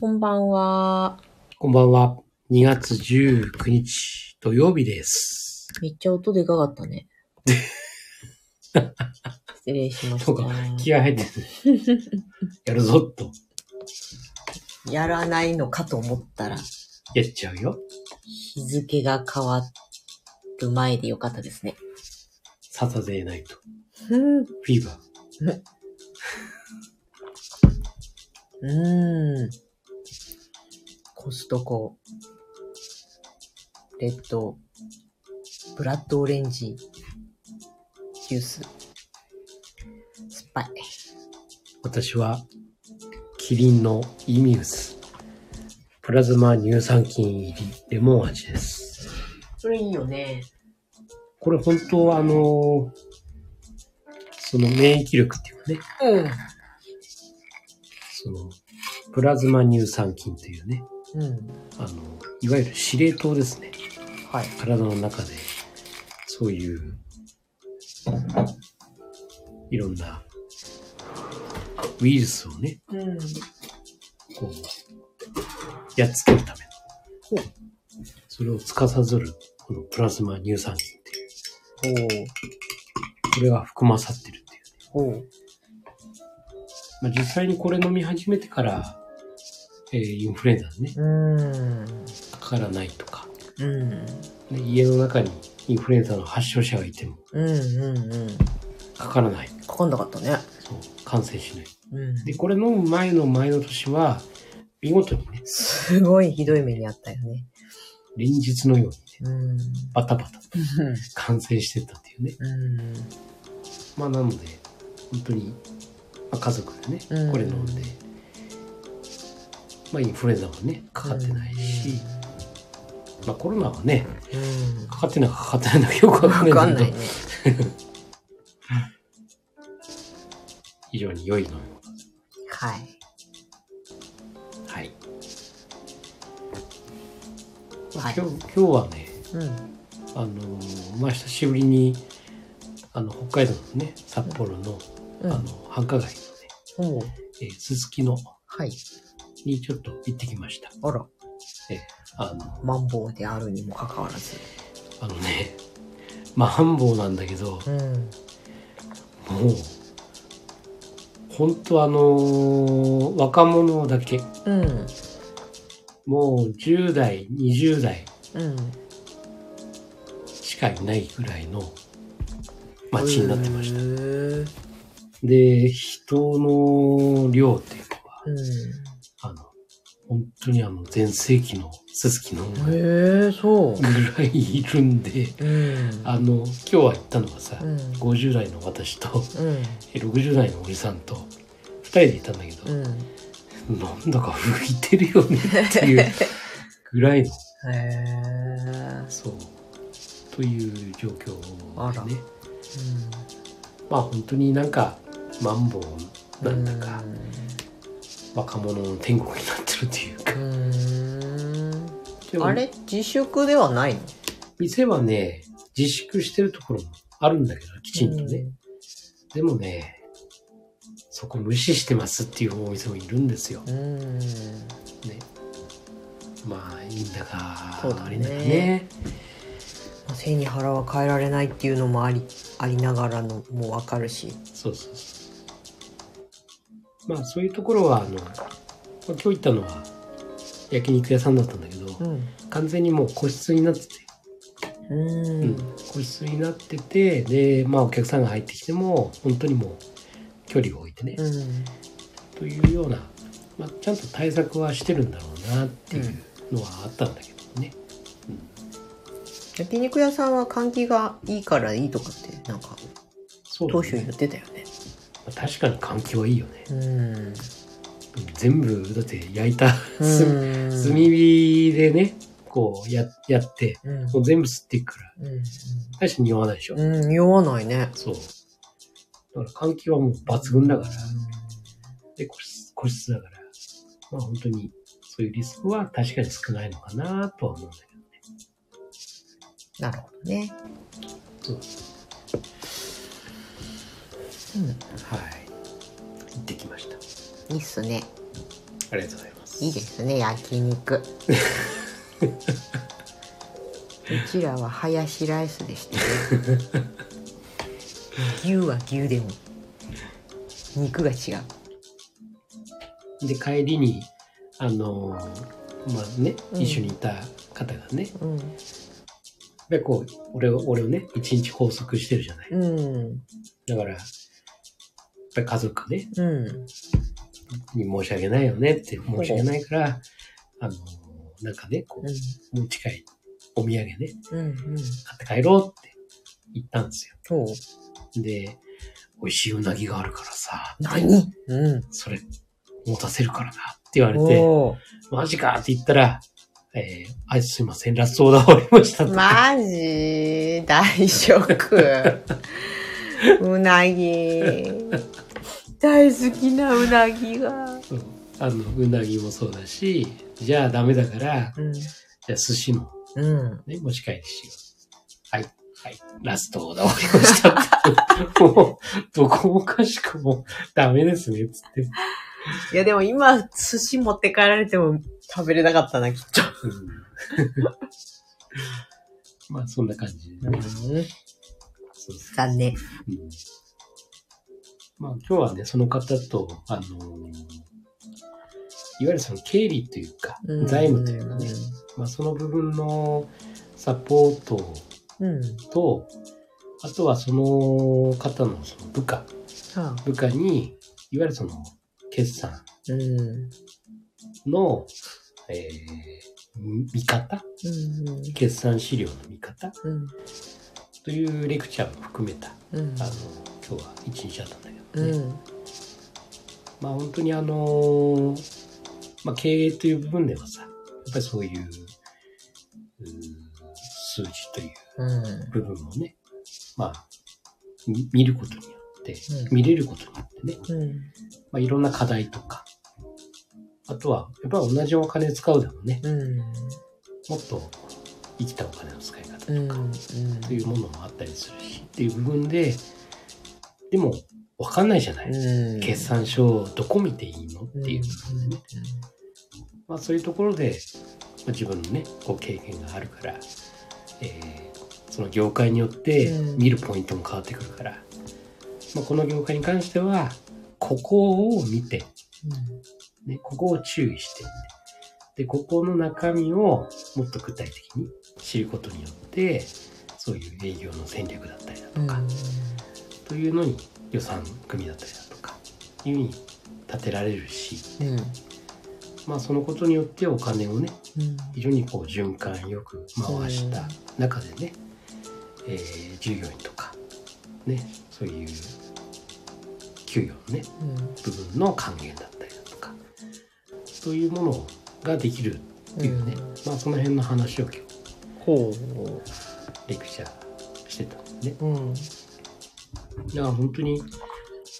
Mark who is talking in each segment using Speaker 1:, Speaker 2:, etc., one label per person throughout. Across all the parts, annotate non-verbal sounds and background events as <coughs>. Speaker 1: こんばんは。
Speaker 2: こんばんは。2月19日土曜日です。
Speaker 1: めっちゃ音でかかったね。失礼しまし
Speaker 2: そうか、
Speaker 1: た。
Speaker 2: 気合入ってる。やるぞっと。
Speaker 1: やらないのかと思ったら、
Speaker 2: やっちゃうよ。
Speaker 1: 日付が変わる前でよかったですね。
Speaker 2: サタデーナイト。フィーバー。
Speaker 1: うん。コストコ、レッド、ブラッドオレンジ、ジュース、酸っぱい。
Speaker 2: 私は、キリンのイミウス。プラズマ乳酸菌入りレモン味です。
Speaker 1: それいいよね。
Speaker 2: これ本当はあのーその免疫力っていうかね、
Speaker 1: う
Speaker 2: その、プラズマ乳酸菌というね、
Speaker 1: ん。うん。
Speaker 2: あの、いわゆる司令塔ですね。
Speaker 1: はい。
Speaker 2: 体の中で、そういう、いろんな、ウイルスをね、
Speaker 1: うん。
Speaker 2: こう、やっつけるための
Speaker 1: ほ、
Speaker 2: それを司る、このプラズマ乳酸菌っていう、これが含まさってるっていう。
Speaker 1: おおう。
Speaker 2: まあ、実際にこれ飲み始めてから、えーインフルエンザのね、
Speaker 1: うーん。
Speaker 2: かからないとか、
Speaker 1: うん。
Speaker 2: で家の中にインフルエンザの発症者がいても、
Speaker 1: うんうんうん。
Speaker 2: かからない。
Speaker 1: かかんなかったね。
Speaker 2: そう、感染しない。
Speaker 1: うん。
Speaker 2: で、これ飲む前の前の年は、見事にね、
Speaker 1: すごいひどい目にあったよね。
Speaker 2: 連日のようにね、
Speaker 1: うん。
Speaker 2: バタバタと感染してったっていうね。
Speaker 1: うん。
Speaker 2: まあ、なので、本当に、まあ、家族でね
Speaker 1: うん、
Speaker 2: これ飲んで、まあ、インフルエンザもね、かかってないし、まあ、コロナはね、
Speaker 1: うん。
Speaker 2: かかってないかかかってないのかよくわかん
Speaker 1: わ
Speaker 2: な
Speaker 1: か
Speaker 2: い
Speaker 1: ん
Speaker 2: んだ
Speaker 1: な
Speaker 2: け
Speaker 1: い
Speaker 2: ど
Speaker 1: ね、。
Speaker 2: 非常に良い飲み物。
Speaker 1: はい。
Speaker 2: はい。
Speaker 1: は
Speaker 2: 今
Speaker 1: い
Speaker 2: 日、今日はね、
Speaker 1: うん。
Speaker 2: あのーまあ、久しぶりに、あの、北海道のね、札幌の、
Speaker 1: う
Speaker 2: あ
Speaker 1: ん。
Speaker 2: の、繁華街のね、
Speaker 1: おう
Speaker 2: えーすすきの
Speaker 1: はい。
Speaker 2: にちょっと行ってきました。
Speaker 1: あら、
Speaker 2: あの、
Speaker 1: マンボウであるにもかかわらず。
Speaker 2: あのね、まあ、繁忙なんだけど、
Speaker 1: うん。
Speaker 2: もう、ほんとあのー若者だけ、
Speaker 1: うん。
Speaker 2: もう10代、20代
Speaker 1: うん。
Speaker 2: しかいないぐらいの街になってました。
Speaker 1: へー
Speaker 2: で、人の量っていうのは、
Speaker 1: う
Speaker 2: あの、本当にあの、全盛期のすすきの
Speaker 1: ん。へえ、そう
Speaker 2: ぐ。らいいるんで、
Speaker 1: うん。
Speaker 2: あの、今日は行ったのがさ、
Speaker 1: うん。
Speaker 2: 50代の私と、
Speaker 1: うん。
Speaker 2: え60代のおじさんと2人でいたんだけ
Speaker 1: う
Speaker 2: ど、
Speaker 1: ん。
Speaker 2: なんだか浮いてるよねっていうぐらいの
Speaker 1: へえ。
Speaker 2: そうという状況
Speaker 1: あら
Speaker 2: でねまあ本当になんかマンボウなんだか若者の天国になってるというか
Speaker 1: う、ーん
Speaker 2: でも
Speaker 1: あれ自粛ではないの
Speaker 2: 店はね自粛してるところもあるんだけどきちんとね、でもねそこ無視してますっていうお店もいるんですよ
Speaker 1: うんうん
Speaker 2: ねまあいいんだか
Speaker 1: そうだね
Speaker 2: 悪いんだかね
Speaker 1: まあ背に腹は変えられないっていうのもありありながらのもわかるし
Speaker 2: そうそうそうまあそういうところはあの、まあ今日行ったのは焼肉屋さんだったんだけど、
Speaker 1: うん
Speaker 2: 完全にもう個室になってて、
Speaker 1: うん
Speaker 2: うん個室になっててでまあお客さんが入ってきても本当にもう距離を置いてね、
Speaker 1: うん
Speaker 2: というような、まあ、ちゃんと対策はしてるんだろうなっていうのはあったんだけどね、
Speaker 1: 焼肉屋さんは換気がいいからいいとかってなんか
Speaker 2: そうだ
Speaker 1: 当初
Speaker 2: ね
Speaker 1: 言ってたよね
Speaker 2: まあ確かに環境はいいよね
Speaker 1: うん
Speaker 2: うん全部だって焼いた
Speaker 1: <laughs>
Speaker 2: す
Speaker 1: うん
Speaker 2: 炭火でねこうややって
Speaker 1: うん
Speaker 2: もう全部吸っていくから
Speaker 1: うん
Speaker 2: 大して匂わないでしょ、
Speaker 1: うん匂わないね
Speaker 2: そうだから換気はもう抜群だからで個室個室だからまあ本当にそういうリスクは確かに少ないのかなとは思うんだけ
Speaker 1: なるほどね
Speaker 2: そう
Speaker 1: うん
Speaker 2: どはい行ってきました
Speaker 1: いいっすね
Speaker 2: ありがとうございます
Speaker 1: いいですね焼肉うちらはハヤシライスでしたよ牛は牛でも肉が違う
Speaker 2: で、帰りに、あのーまあね、
Speaker 1: うん
Speaker 2: 一緒にいた方がね、
Speaker 1: うん
Speaker 2: で、こう、俺を、俺をね、一日拘束してるじゃない。
Speaker 1: うん
Speaker 2: だから、やっぱり家族ね、
Speaker 1: うん
Speaker 2: に申し訳ないよねって、申し訳ないから、あのーなんかね、こ
Speaker 1: うん
Speaker 2: う、持ち帰り、お土産ね、買
Speaker 1: うんうん
Speaker 2: って帰ろうって言ったんですよ。
Speaker 1: そう
Speaker 2: で、美味しいうなぎがあるからさ、
Speaker 1: 何うん
Speaker 2: それ、持たせるからなって言われて、
Speaker 1: お
Speaker 2: マジかって言ったら、えー、あ、すいません、ラストオーダー終わりましたっ
Speaker 1: ー
Speaker 2: て。
Speaker 1: マジ大食うなぎ大好きなうなぎが
Speaker 2: うんあの、うなぎもそうだし、じゃあダメだから、
Speaker 1: うん
Speaker 2: じゃあ寿司も
Speaker 1: うん
Speaker 2: ね、持ち帰りしよう。はい、はい、ラストオーダー終わりましたって。もう、どこもかしくもダメですね、つって。
Speaker 1: いやでも今、寿司持って帰られても食べれなかったな、きっと。
Speaker 2: うん <laughs> まあ、そんな感じでね。そうそう
Speaker 1: 残念。
Speaker 2: うんまあ、今日はね、その方と、あのーいわゆるその経理というか、財務というかね、まあ、その部分のサポート
Speaker 1: うん。うん。
Speaker 2: と、あとはその方のその部下、
Speaker 1: さあ。
Speaker 2: 部下に、いわゆるその決算
Speaker 1: うん。うん。
Speaker 2: の、えーみ見方決算資料の見方
Speaker 1: うん。
Speaker 2: というレクチャーも含めた、
Speaker 1: うん。
Speaker 2: あの、今日は一日だったんだけどね。
Speaker 1: うん。
Speaker 2: まあ本当にあのーまあ、経営という部分ではさ、やっぱりそういう、うー数字という
Speaker 1: うん。
Speaker 2: 部分をね、まあ、み見ることによって、
Speaker 1: うん
Speaker 2: 見れることによってね、
Speaker 1: うん。
Speaker 2: まあ、いろんな課題とか、あとは、やっぱり同じお金使うでもね、
Speaker 1: うん。
Speaker 2: もっと生きたお金の使い方とか、
Speaker 1: うん。うん。
Speaker 2: というものもあったりするし、っていう部分で、でも、わかんないじゃない、
Speaker 1: うん。
Speaker 2: 決算書をどこ見ていいのっていう部分でね、まあ、そういうところで、まあ、自分のねこう経験があるから、えーその業界によって
Speaker 1: うん
Speaker 2: 見るポイントも変わってくるから、まあ、この業界に関してはここを見て、ね、ここを注意してでここの中身をもっと具体的に知ることによってそういう営業の戦略だったりだと
Speaker 1: うん。
Speaker 2: か、というのに予算組だったりだとかいうふうに立てられるし、
Speaker 1: うん。
Speaker 2: まあ、そのことによってお金をね
Speaker 1: うん。
Speaker 2: 非常にこう循環よく回した中でね、えー従業員とか、ね、そういう給与のね部分の還元だったりだとかそういうものができるっていうね、まあ、その辺の話を今日
Speaker 1: ほ
Speaker 2: レクチャーしてたんですね。
Speaker 1: う。うん。
Speaker 2: だから本当に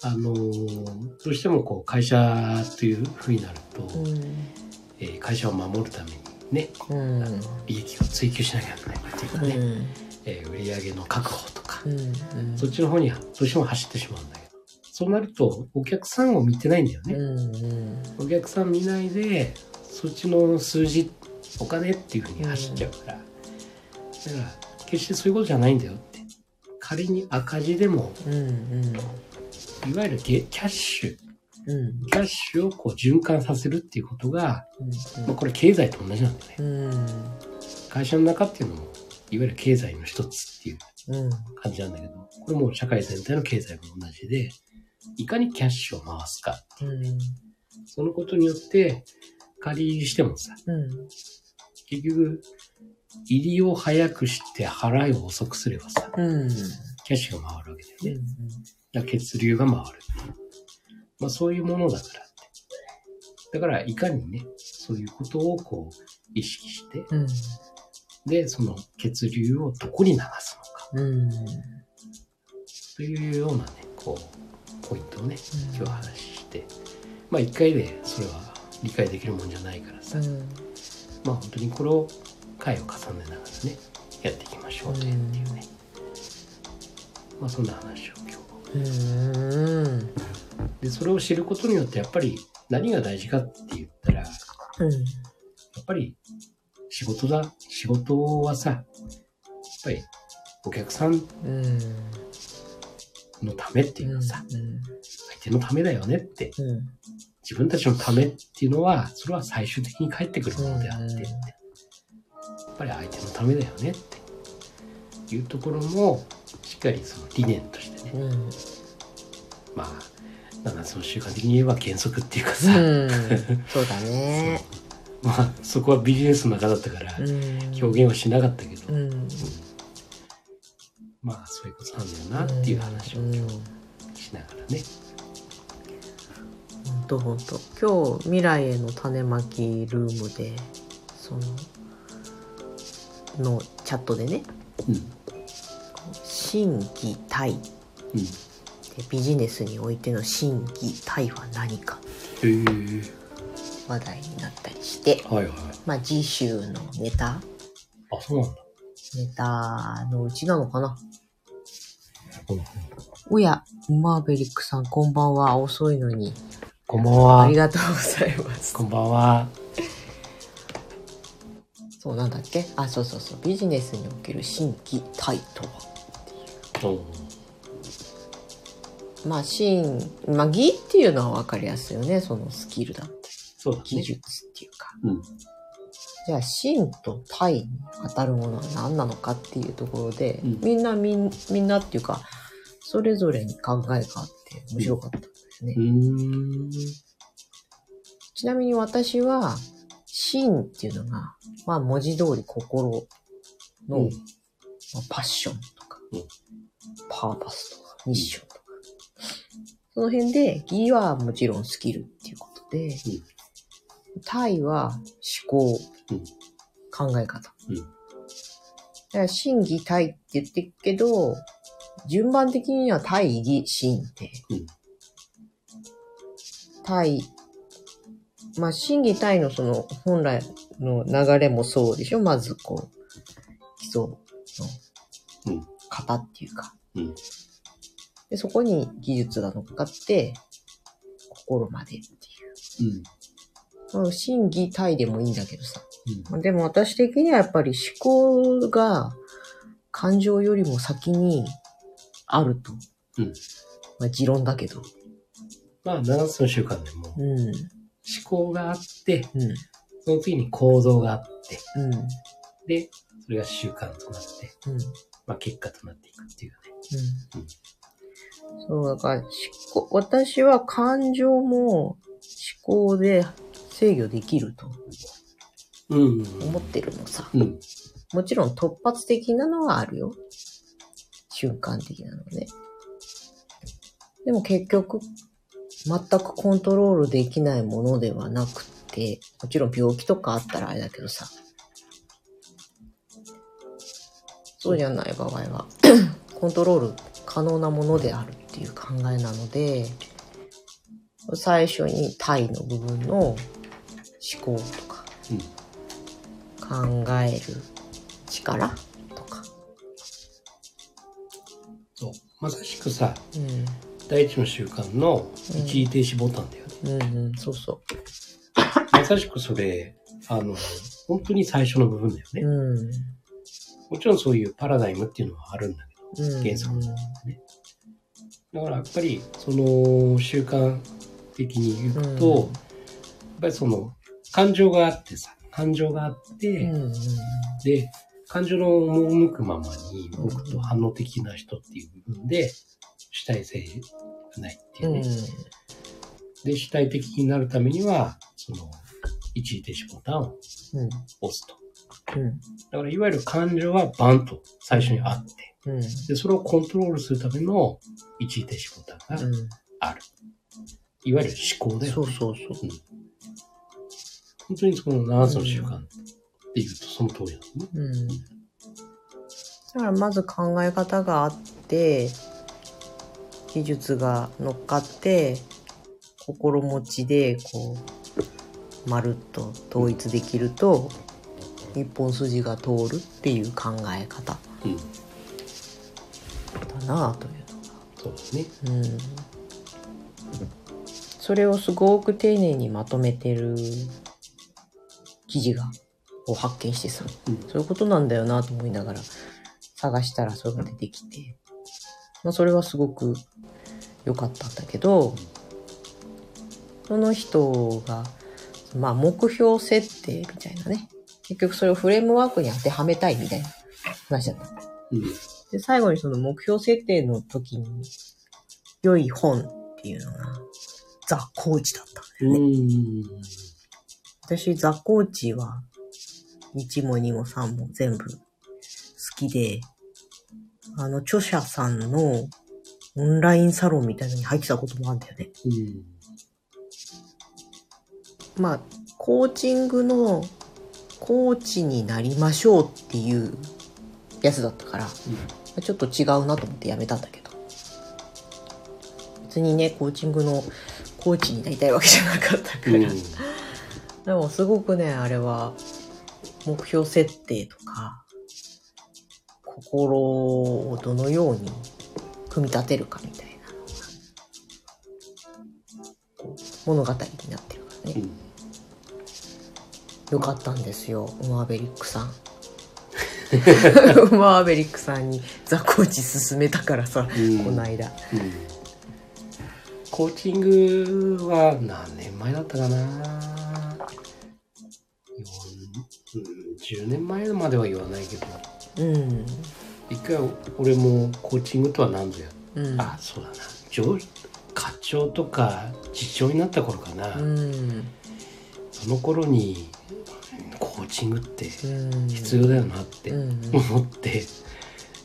Speaker 2: あのーどうしてもこう会社というふうになると、
Speaker 1: うん。
Speaker 2: えー会社を守るためにね
Speaker 1: うん。
Speaker 2: 利益を追求しなきゃならないっていうかね、
Speaker 1: うん。
Speaker 2: えー売上の確保とか、
Speaker 1: うん。
Speaker 2: そっちの方にどうしても走ってしまうんだけど、そうなるとお客さんを見てないんだよね。
Speaker 1: うん。
Speaker 2: お客さん見ないで、そっちの数字、お金っていうふうに走っちゃうから、だから決してそういうことじゃないんだよって。仮に赤字でも、
Speaker 1: うん。うん。
Speaker 2: いわゆるゲキャッシュ、
Speaker 1: うん。
Speaker 2: キャッシュをこう循環させるっていうことが、まあ、
Speaker 1: う
Speaker 2: これ経済と同じなんだよね。
Speaker 1: ん。うん。
Speaker 2: 会社の中っていうのも、いわゆる経済の一つっていう
Speaker 1: うん。
Speaker 2: 感じなんだけど、これもう社会全体の経済も同じで、いかにキャッシュを回すか。
Speaker 1: うん。
Speaker 2: そのことによって、借りしてもさ、
Speaker 1: うん。
Speaker 2: 結局、入りを早くして払いを遅くすればさ、
Speaker 1: うん。
Speaker 2: キャッシュが回るわけだよね。だから血流が回るっていう。まあそういうものだからって。だから、いかにね、そういうことをこう、意識して、
Speaker 1: うん。
Speaker 2: で、その血流をどこに流すのか、
Speaker 1: うん。
Speaker 2: というようなね、こう、ポイントをね、今日話してまあ一回でそれは理解できるもんじゃないからさ、
Speaker 1: うん。
Speaker 2: まあ本当にこれを回を重ねながらねやっていきましょうねっていうね、まあそんな話を今日
Speaker 1: うん。
Speaker 2: でそれを知ることによってやっぱり何が大事かって言ったら
Speaker 1: うん。
Speaker 2: やっぱり仕事だ、仕事はさ、やっぱりお客さん
Speaker 1: うん。
Speaker 2: のためっていうかさ、相手のためだよねって、
Speaker 1: うん。うん。
Speaker 2: 自分たちのためっていうのは、それは最終的に返ってくるものであって、
Speaker 1: うん
Speaker 2: やっぱり相手のためだよねっていうところも、しっかりその理念としてね、
Speaker 1: うん。うん。
Speaker 2: まあ、7つの習慣的に言えば原則っていうかさ、
Speaker 1: そうだね。
Speaker 2: まあ、そこはビジネスの中だったから、
Speaker 1: うん。
Speaker 2: 表現はしなかったけど、
Speaker 1: うん。
Speaker 2: まあ、そういうことなんだよなっていう話を
Speaker 1: うん
Speaker 2: 今日しながらね、
Speaker 1: ほんとほんと今日未来への種まきルームでそののチャットでね
Speaker 2: うん、
Speaker 1: 「新規対」で
Speaker 2: うん、
Speaker 1: ビジネスにおいての新規対は何か
Speaker 2: へえ
Speaker 1: 話題になったりして、
Speaker 2: はいはい。
Speaker 1: まあ、次週のネタ
Speaker 2: あ、そうなんだ。
Speaker 1: ネタのうちなのかな
Speaker 2: うん
Speaker 1: おやマーベリックさんこんばんは遅いのに
Speaker 2: こんばん
Speaker 1: あ
Speaker 2: は
Speaker 1: り。がとうございます
Speaker 2: こんばんは。
Speaker 1: そうなんだっけあそうそうそうビジネスにおける新規対とはまあシーン、まあ、技っていうのは分かりやすいよね。そのスキルだって、
Speaker 2: そうだ
Speaker 1: 技
Speaker 2: ね。
Speaker 1: 術っていうか。
Speaker 2: うん
Speaker 1: じゃあ、真と体に当たるものは何なのかっていうところで、
Speaker 2: うん
Speaker 1: みんなみん、みんなっていうか、それぞれに考えがあって面白かったんですね。
Speaker 2: うーん。
Speaker 1: ちなみに私は、真っていうのが、まあ文字通り心の、ま
Speaker 2: うん
Speaker 1: あパッションとか、
Speaker 2: うん
Speaker 1: パーパスとか、ミッションとか。その辺で、義はもちろんスキルっていうことで、タイは思考、
Speaker 2: うん
Speaker 1: 考え方。
Speaker 2: うん
Speaker 1: だから、真義タイって言ってるけど、順番的にはタイ義真って。
Speaker 2: うん
Speaker 1: タイ、まあ、真義タイのその本来の流れもそうでしょ。まずこう、基礎の
Speaker 2: うん
Speaker 1: 型っていうか。
Speaker 2: うん
Speaker 1: で、そこに技術が乗っかって、心までっていう。
Speaker 2: うん。
Speaker 1: うん、真偽体でもいいんだけどさ。
Speaker 2: うん。
Speaker 1: でも私的にはやっぱり思考が感情よりも先にあると。
Speaker 2: うん
Speaker 1: まあ、持論だけど。
Speaker 2: まあ、7つの習慣でも、思
Speaker 1: うん。
Speaker 2: 考があって、
Speaker 1: うん。
Speaker 2: その次に行動があって、
Speaker 1: うん。
Speaker 2: で、それが習慣となって、
Speaker 1: うん。
Speaker 2: まあ、結果となっていくっていうね。
Speaker 1: うん。そう、だから思考、私は感情も思考で制御できると
Speaker 2: うん。
Speaker 1: 思ってるのさ。
Speaker 2: うん。
Speaker 1: もちろん突発的なのはあるよ。瞬間的なのはね。でも結局、全くコントロールできないものではなくて、もちろん病気とかあったらあれだけどさ。そうじゃない場合は、 <coughs> コントロール可能なものであるっていう考えなので、最初に体の部分の思考とか、
Speaker 2: うん。
Speaker 1: 考える力とか。
Speaker 2: そう。まさしくさ、
Speaker 1: う
Speaker 2: 第一の習慣の一時停止ボタンだよね。
Speaker 1: ん。うんうん。そうそ
Speaker 2: まさしくそれ、あの、本当に最初の部分だよ
Speaker 1: う。
Speaker 2: ね。
Speaker 1: うん。うん。
Speaker 2: もちろんそういうパラダイムっていうのはあるんだけ原則ど。だからやっぱり、その習慣的に言うと、
Speaker 1: うん
Speaker 2: やっぱりその、感情があってさ、感情があって、
Speaker 1: うん。うん。。
Speaker 2: で、感情の赴くままに動くと反応的な人っていう部分で、主体性がないっていううんね。で、主体的になるためには、その、一時停止ボタンを
Speaker 1: うん。
Speaker 2: 押すと。
Speaker 1: うん。
Speaker 2: だから、いわゆる感情はバンと最初にあって、
Speaker 1: うん。
Speaker 2: で、それをコントロールするための一時停止ボタンが
Speaker 1: うん
Speaker 2: ある。いわゆる思考だ
Speaker 1: そ
Speaker 2: よ
Speaker 1: う
Speaker 2: ね。
Speaker 1: そうそう。
Speaker 2: 本当にその7つの習慣っていうとその通りなのね。
Speaker 1: うん。だからまず考え方があって、技術が乗っかって、心持ちで、こう、まるっと統一できると、一本筋が通るっていう考え方
Speaker 2: うん。
Speaker 1: だなあというのが
Speaker 2: そうですね。
Speaker 1: うんそれをすごく丁寧にまとめてる記事がを発見してさ、
Speaker 2: うん
Speaker 1: そういうことなんだよなと思いながら探したらそれが出てきて、まあ、それはすごく良かったんだけど、その人が、まあ、目標設定みたいなね結局それをフレームワークに当てはめたいみたいな話だった。
Speaker 2: うん
Speaker 1: で、最後にその目標設定の時に、良い本っていうのが、ザ・コーチだった。
Speaker 2: うん
Speaker 1: 私、ザ・コーチは、1も2も3も全部好きで、あの、著者さんのオンラインサロンみたいなのに入ってたこともあるんだよね。
Speaker 2: うん
Speaker 1: まあ、コーチングの、コーチになりましょうっていうやつだったから、ちょっと違うなと思ってやめたんだけど。別にね、コーチングのコーチになりたいわけじゃなかったから。
Speaker 2: うん
Speaker 1: でもすごくね、あれは、目標設定とか、心をどのように組み立てるかみたいなのが、こう物語になってるから
Speaker 2: う
Speaker 1: ね。
Speaker 2: ん
Speaker 1: よかったんですよ、ウマーベリック
Speaker 2: <laughs>
Speaker 1: さん。ウマーベリックさんにザコーチ勧めたからさ、
Speaker 2: うん
Speaker 1: こないだ。
Speaker 2: うんコーチングは何年前だったかな4うん10年前までは言わないけど
Speaker 1: うん。
Speaker 2: 一回俺もコーチングとは何ぞや、
Speaker 1: うん。
Speaker 2: あそうだな上課長とか次長になった頃かな、
Speaker 1: うん。
Speaker 2: その頃にうんコーチングって
Speaker 1: うん。
Speaker 2: 必要だよなって
Speaker 1: うん
Speaker 2: 思って、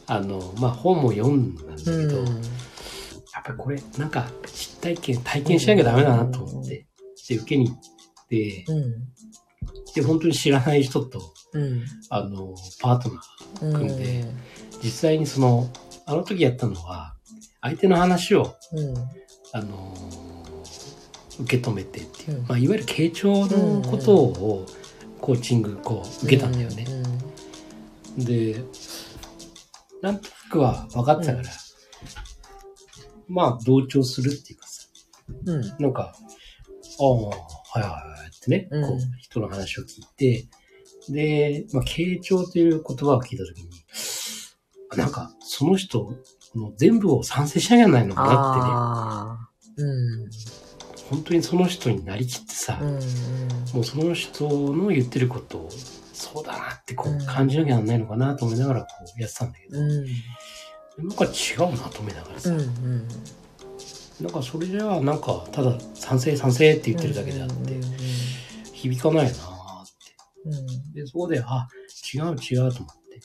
Speaker 2: あのまあ本も読んだんだけど、
Speaker 1: うん
Speaker 2: やっぱりこれなんか実体験体験しなきゃダメだなと思って、で受けに行って
Speaker 1: うん
Speaker 2: で本当に知らない人と
Speaker 1: うん
Speaker 2: あのパートナー
Speaker 1: うん
Speaker 2: 組んで実際にそのあの時やったのは相手の話を
Speaker 1: うん
Speaker 2: あの受け止めてっていう、
Speaker 1: うん
Speaker 2: まあ、いわゆる傾聴のことをコーチングこう受けたんだよね。
Speaker 1: うん
Speaker 2: でなんとなくは分かってたから、まあ同調するっていうかさ
Speaker 1: うん
Speaker 2: なんかああはいはいはいってね、
Speaker 1: うん
Speaker 2: こう人の話を聞いてで、まあ、傾聴という言葉を聞いた時になんかその人の全部を賛成しなきゃないのかなって
Speaker 1: あー
Speaker 2: ね
Speaker 1: うん
Speaker 2: 本当にその人になりきってさ、
Speaker 1: うんうん
Speaker 2: もうその人の言ってることをそうだなってこ
Speaker 1: うん
Speaker 2: う感じなきゃなんないのかなと思いながらこうやってたんだけど、
Speaker 1: うん
Speaker 2: なんか違うなと思いながら
Speaker 1: う
Speaker 2: さ、
Speaker 1: んうん
Speaker 2: なんかそれじゃあなんかただ「賛成賛成」って言ってるだけであって
Speaker 1: うん
Speaker 2: 響かないなーって
Speaker 1: うんうん
Speaker 2: でそこであ違う違うと思って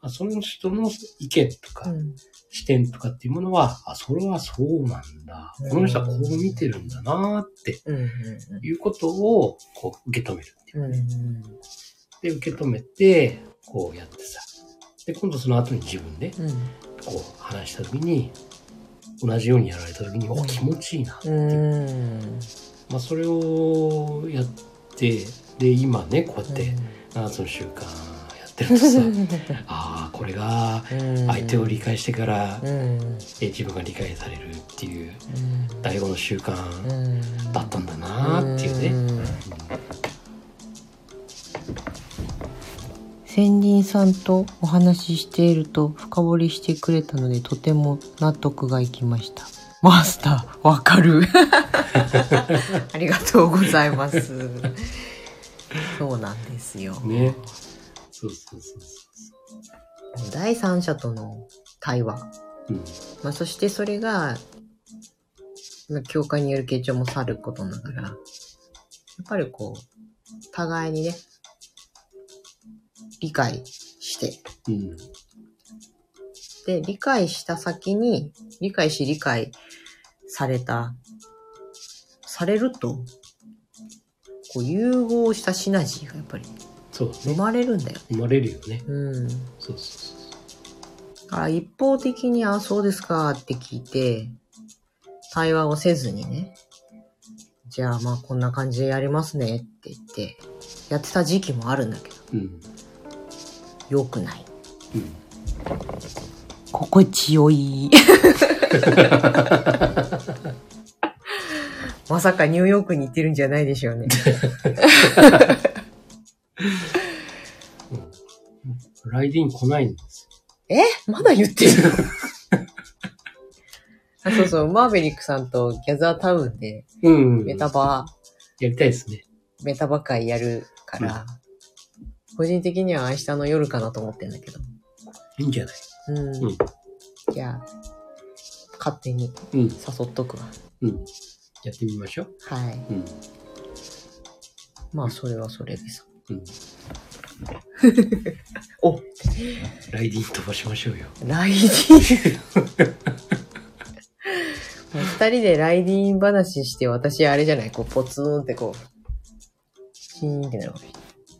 Speaker 2: あその人の意見とか
Speaker 1: うん
Speaker 2: 視点とかっていうものはあそれはそうなんだ
Speaker 1: うん
Speaker 2: この人はこう見てるんだなーって
Speaker 1: うん
Speaker 2: いうことをこう受け止めるっていう
Speaker 1: うんうんうん
Speaker 2: で、受け止めて、こうやってさ。で、今度その後に自分で、こう話した時に、同じようにやられた時に、
Speaker 1: う
Speaker 2: お、
Speaker 1: ん
Speaker 2: 気持ちいいな。
Speaker 1: うん
Speaker 2: まあ、それをやって、で、今ね、こうやって7つの習慣やってるとさ、 <laughs> ああ、これが
Speaker 1: うん
Speaker 2: 相手を理解してから、
Speaker 1: うん
Speaker 2: え自分が理解されるっていう、
Speaker 1: うん
Speaker 2: 第5の習慣
Speaker 1: うん
Speaker 2: だったんだなっていうね。
Speaker 1: うん先人さんとお話ししていると深掘りしてくれたのでとても納得がいきましたマスターわかる <laughs> ありがとうございますそうなんですよ、
Speaker 2: ね。そうそうそうそ
Speaker 1: 第三者との対話、
Speaker 2: う。うん。
Speaker 1: まあ、そしてそれがまあ教会による傾聴もさることながらやっぱりこう互いにね理解して
Speaker 2: うん。
Speaker 1: で、理解した先に、理解し理解された、されると、こう融合したシナジーがやっぱり
Speaker 2: そうだ
Speaker 1: 生
Speaker 2: ね。
Speaker 1: まれるんだよ。
Speaker 2: 生まれるよね。
Speaker 1: うん。
Speaker 2: そうそうそう。
Speaker 1: だから一方的に、あ、そうですかって聞いて、対話をせずにね、じゃあまあこんな感じでやりますねって言って、やってた時期もあるんだけど、
Speaker 2: うん。
Speaker 1: 良くない。
Speaker 2: うん。
Speaker 1: 心地よ <laughs> い。まさかニューヨークに行ってるんじゃないでしょうね。
Speaker 2: ライディーン来ないんです
Speaker 1: え <laughs> まだ言ってる <laughs> あそうそう、マーベリックさんとギャザータウンで
Speaker 2: よ。うん、
Speaker 1: メタバ、
Speaker 2: やりたいですね。
Speaker 1: メタバ会やるから、個人的には明日の夜かなと思ってんだけど。
Speaker 2: いいんじゃない
Speaker 1: うん。
Speaker 2: うん
Speaker 1: じゃあ、勝手に
Speaker 2: うん。
Speaker 1: 誘っとくわ。
Speaker 2: うん。やってみましょう。
Speaker 1: はい。
Speaker 2: うん。
Speaker 1: まあ、それはそれでさ。
Speaker 2: <laughs> うん。
Speaker 1: お
Speaker 2: ライディーン飛ばしましょ <laughs> うよ。
Speaker 1: ライディーン。 <laughs> 二人でライディーン話して、私あれじゃないこう、ポツンってこう、シーンってなるわけ。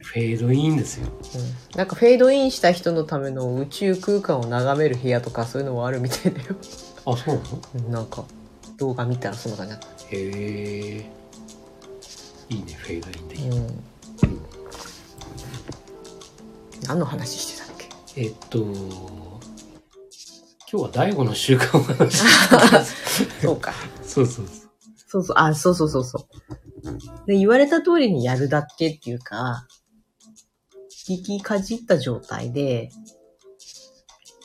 Speaker 2: フェードインですよ。
Speaker 1: うん。なんかフェードインした人のための宇宙空間を眺める部屋とかそういうのもあるみたいだよ。
Speaker 2: あ、そうなの
Speaker 1: うん <laughs> なんか、動画見たらそんな感じだった。
Speaker 2: へえ。いいね、フェードインでいい。
Speaker 1: うん。
Speaker 2: うん
Speaker 1: 何の話してたっけ
Speaker 2: えっと、今日は第五の習慣を <laughs> 話して
Speaker 1: そうか。
Speaker 2: そうそうそう。
Speaker 1: そうそう、あ、そうそうそうそう。で、言われた通りにやるだけっていうか、引きかじった状態で、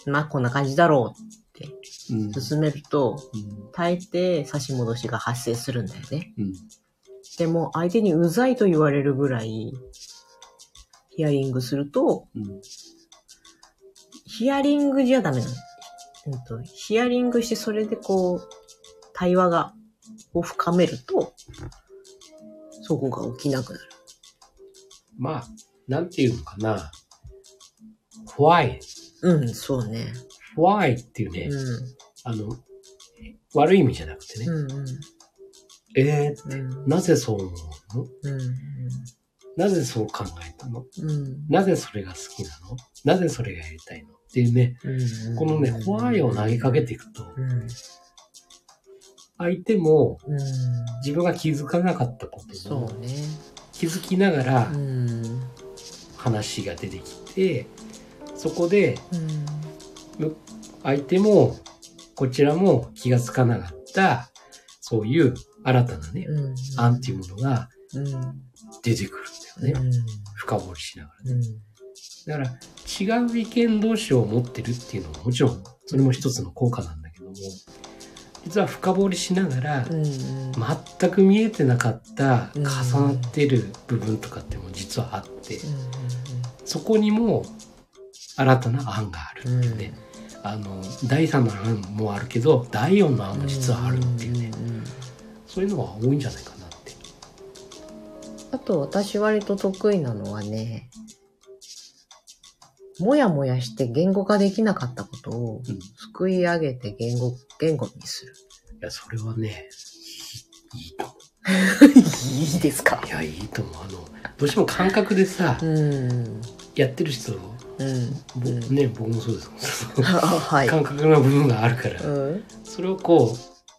Speaker 1: まあこんな感じだろ
Speaker 2: うん。
Speaker 1: う、進めると、
Speaker 2: うん
Speaker 1: 大抵差し戻しが発生するんだよね。
Speaker 2: うん。
Speaker 1: でも、相手にうざいと言われるぐらい、ヒアリングすると、
Speaker 2: うん。
Speaker 1: ヒアリングじゃダメなの。うんと、ヒアリングしてそれでこう、対話が、を深めると、そこが起きなくなる。
Speaker 2: まあ、なんていうのかな。why,
Speaker 1: うん、そうね。
Speaker 2: why っていうね、
Speaker 1: う
Speaker 2: あの、悪い意味じゃなくてね、
Speaker 1: ん。うんうん。
Speaker 2: え
Speaker 1: う
Speaker 2: ー、
Speaker 1: ん。
Speaker 2: なぜそう思うの
Speaker 1: う
Speaker 2: なぜそう考えたの
Speaker 1: ん。うん。
Speaker 2: なぜそれが好きなのなぜそれがやりたいのっていうね、
Speaker 1: うん
Speaker 2: このね、why を投げかけていくと、
Speaker 1: うん。
Speaker 2: 相手も
Speaker 1: うん。
Speaker 2: 自分が気づかなかったこ
Speaker 1: そ
Speaker 2: とを
Speaker 1: うね。
Speaker 2: 気づきながら
Speaker 1: うん。
Speaker 2: 話が出てきて、そこで
Speaker 1: うん。
Speaker 2: 相手もこちらも気がつかなかった、そういう新たなね、
Speaker 1: うん。
Speaker 2: 案っていうものが
Speaker 1: うん。
Speaker 2: 出てくるんだよね。深掘りしながら。
Speaker 1: うん。
Speaker 2: だから違う意見同士を持ってるっていうのはもちろんそれも一つの効果なんだけども実は深掘りしながら
Speaker 1: うん。
Speaker 2: 全く見えてなかった
Speaker 1: うん
Speaker 2: 重なってる部分とかっていうのも実はあってそこにも新たな案があるっていうねあの第3の案もあるけど第4の案も実はあるっていうね
Speaker 1: うん。
Speaker 2: そういうのは多いんじゃないかなって
Speaker 1: あと私割と得意なのはね、もやもやして言語化できなかったことを
Speaker 2: うん
Speaker 1: すくい上げて言語、言語にする。
Speaker 2: いやそれはねいいいいと思
Speaker 1: いいですか
Speaker 2: ういやいいと思うあのどうしても感覚でさ
Speaker 1: うん。
Speaker 2: やってる人
Speaker 1: うん。う
Speaker 2: ぼ
Speaker 1: ん
Speaker 2: ね、僕もそうです
Speaker 1: あはい。
Speaker 2: <laughs> 感覚の部分があるから、
Speaker 1: うん。
Speaker 2: それをこ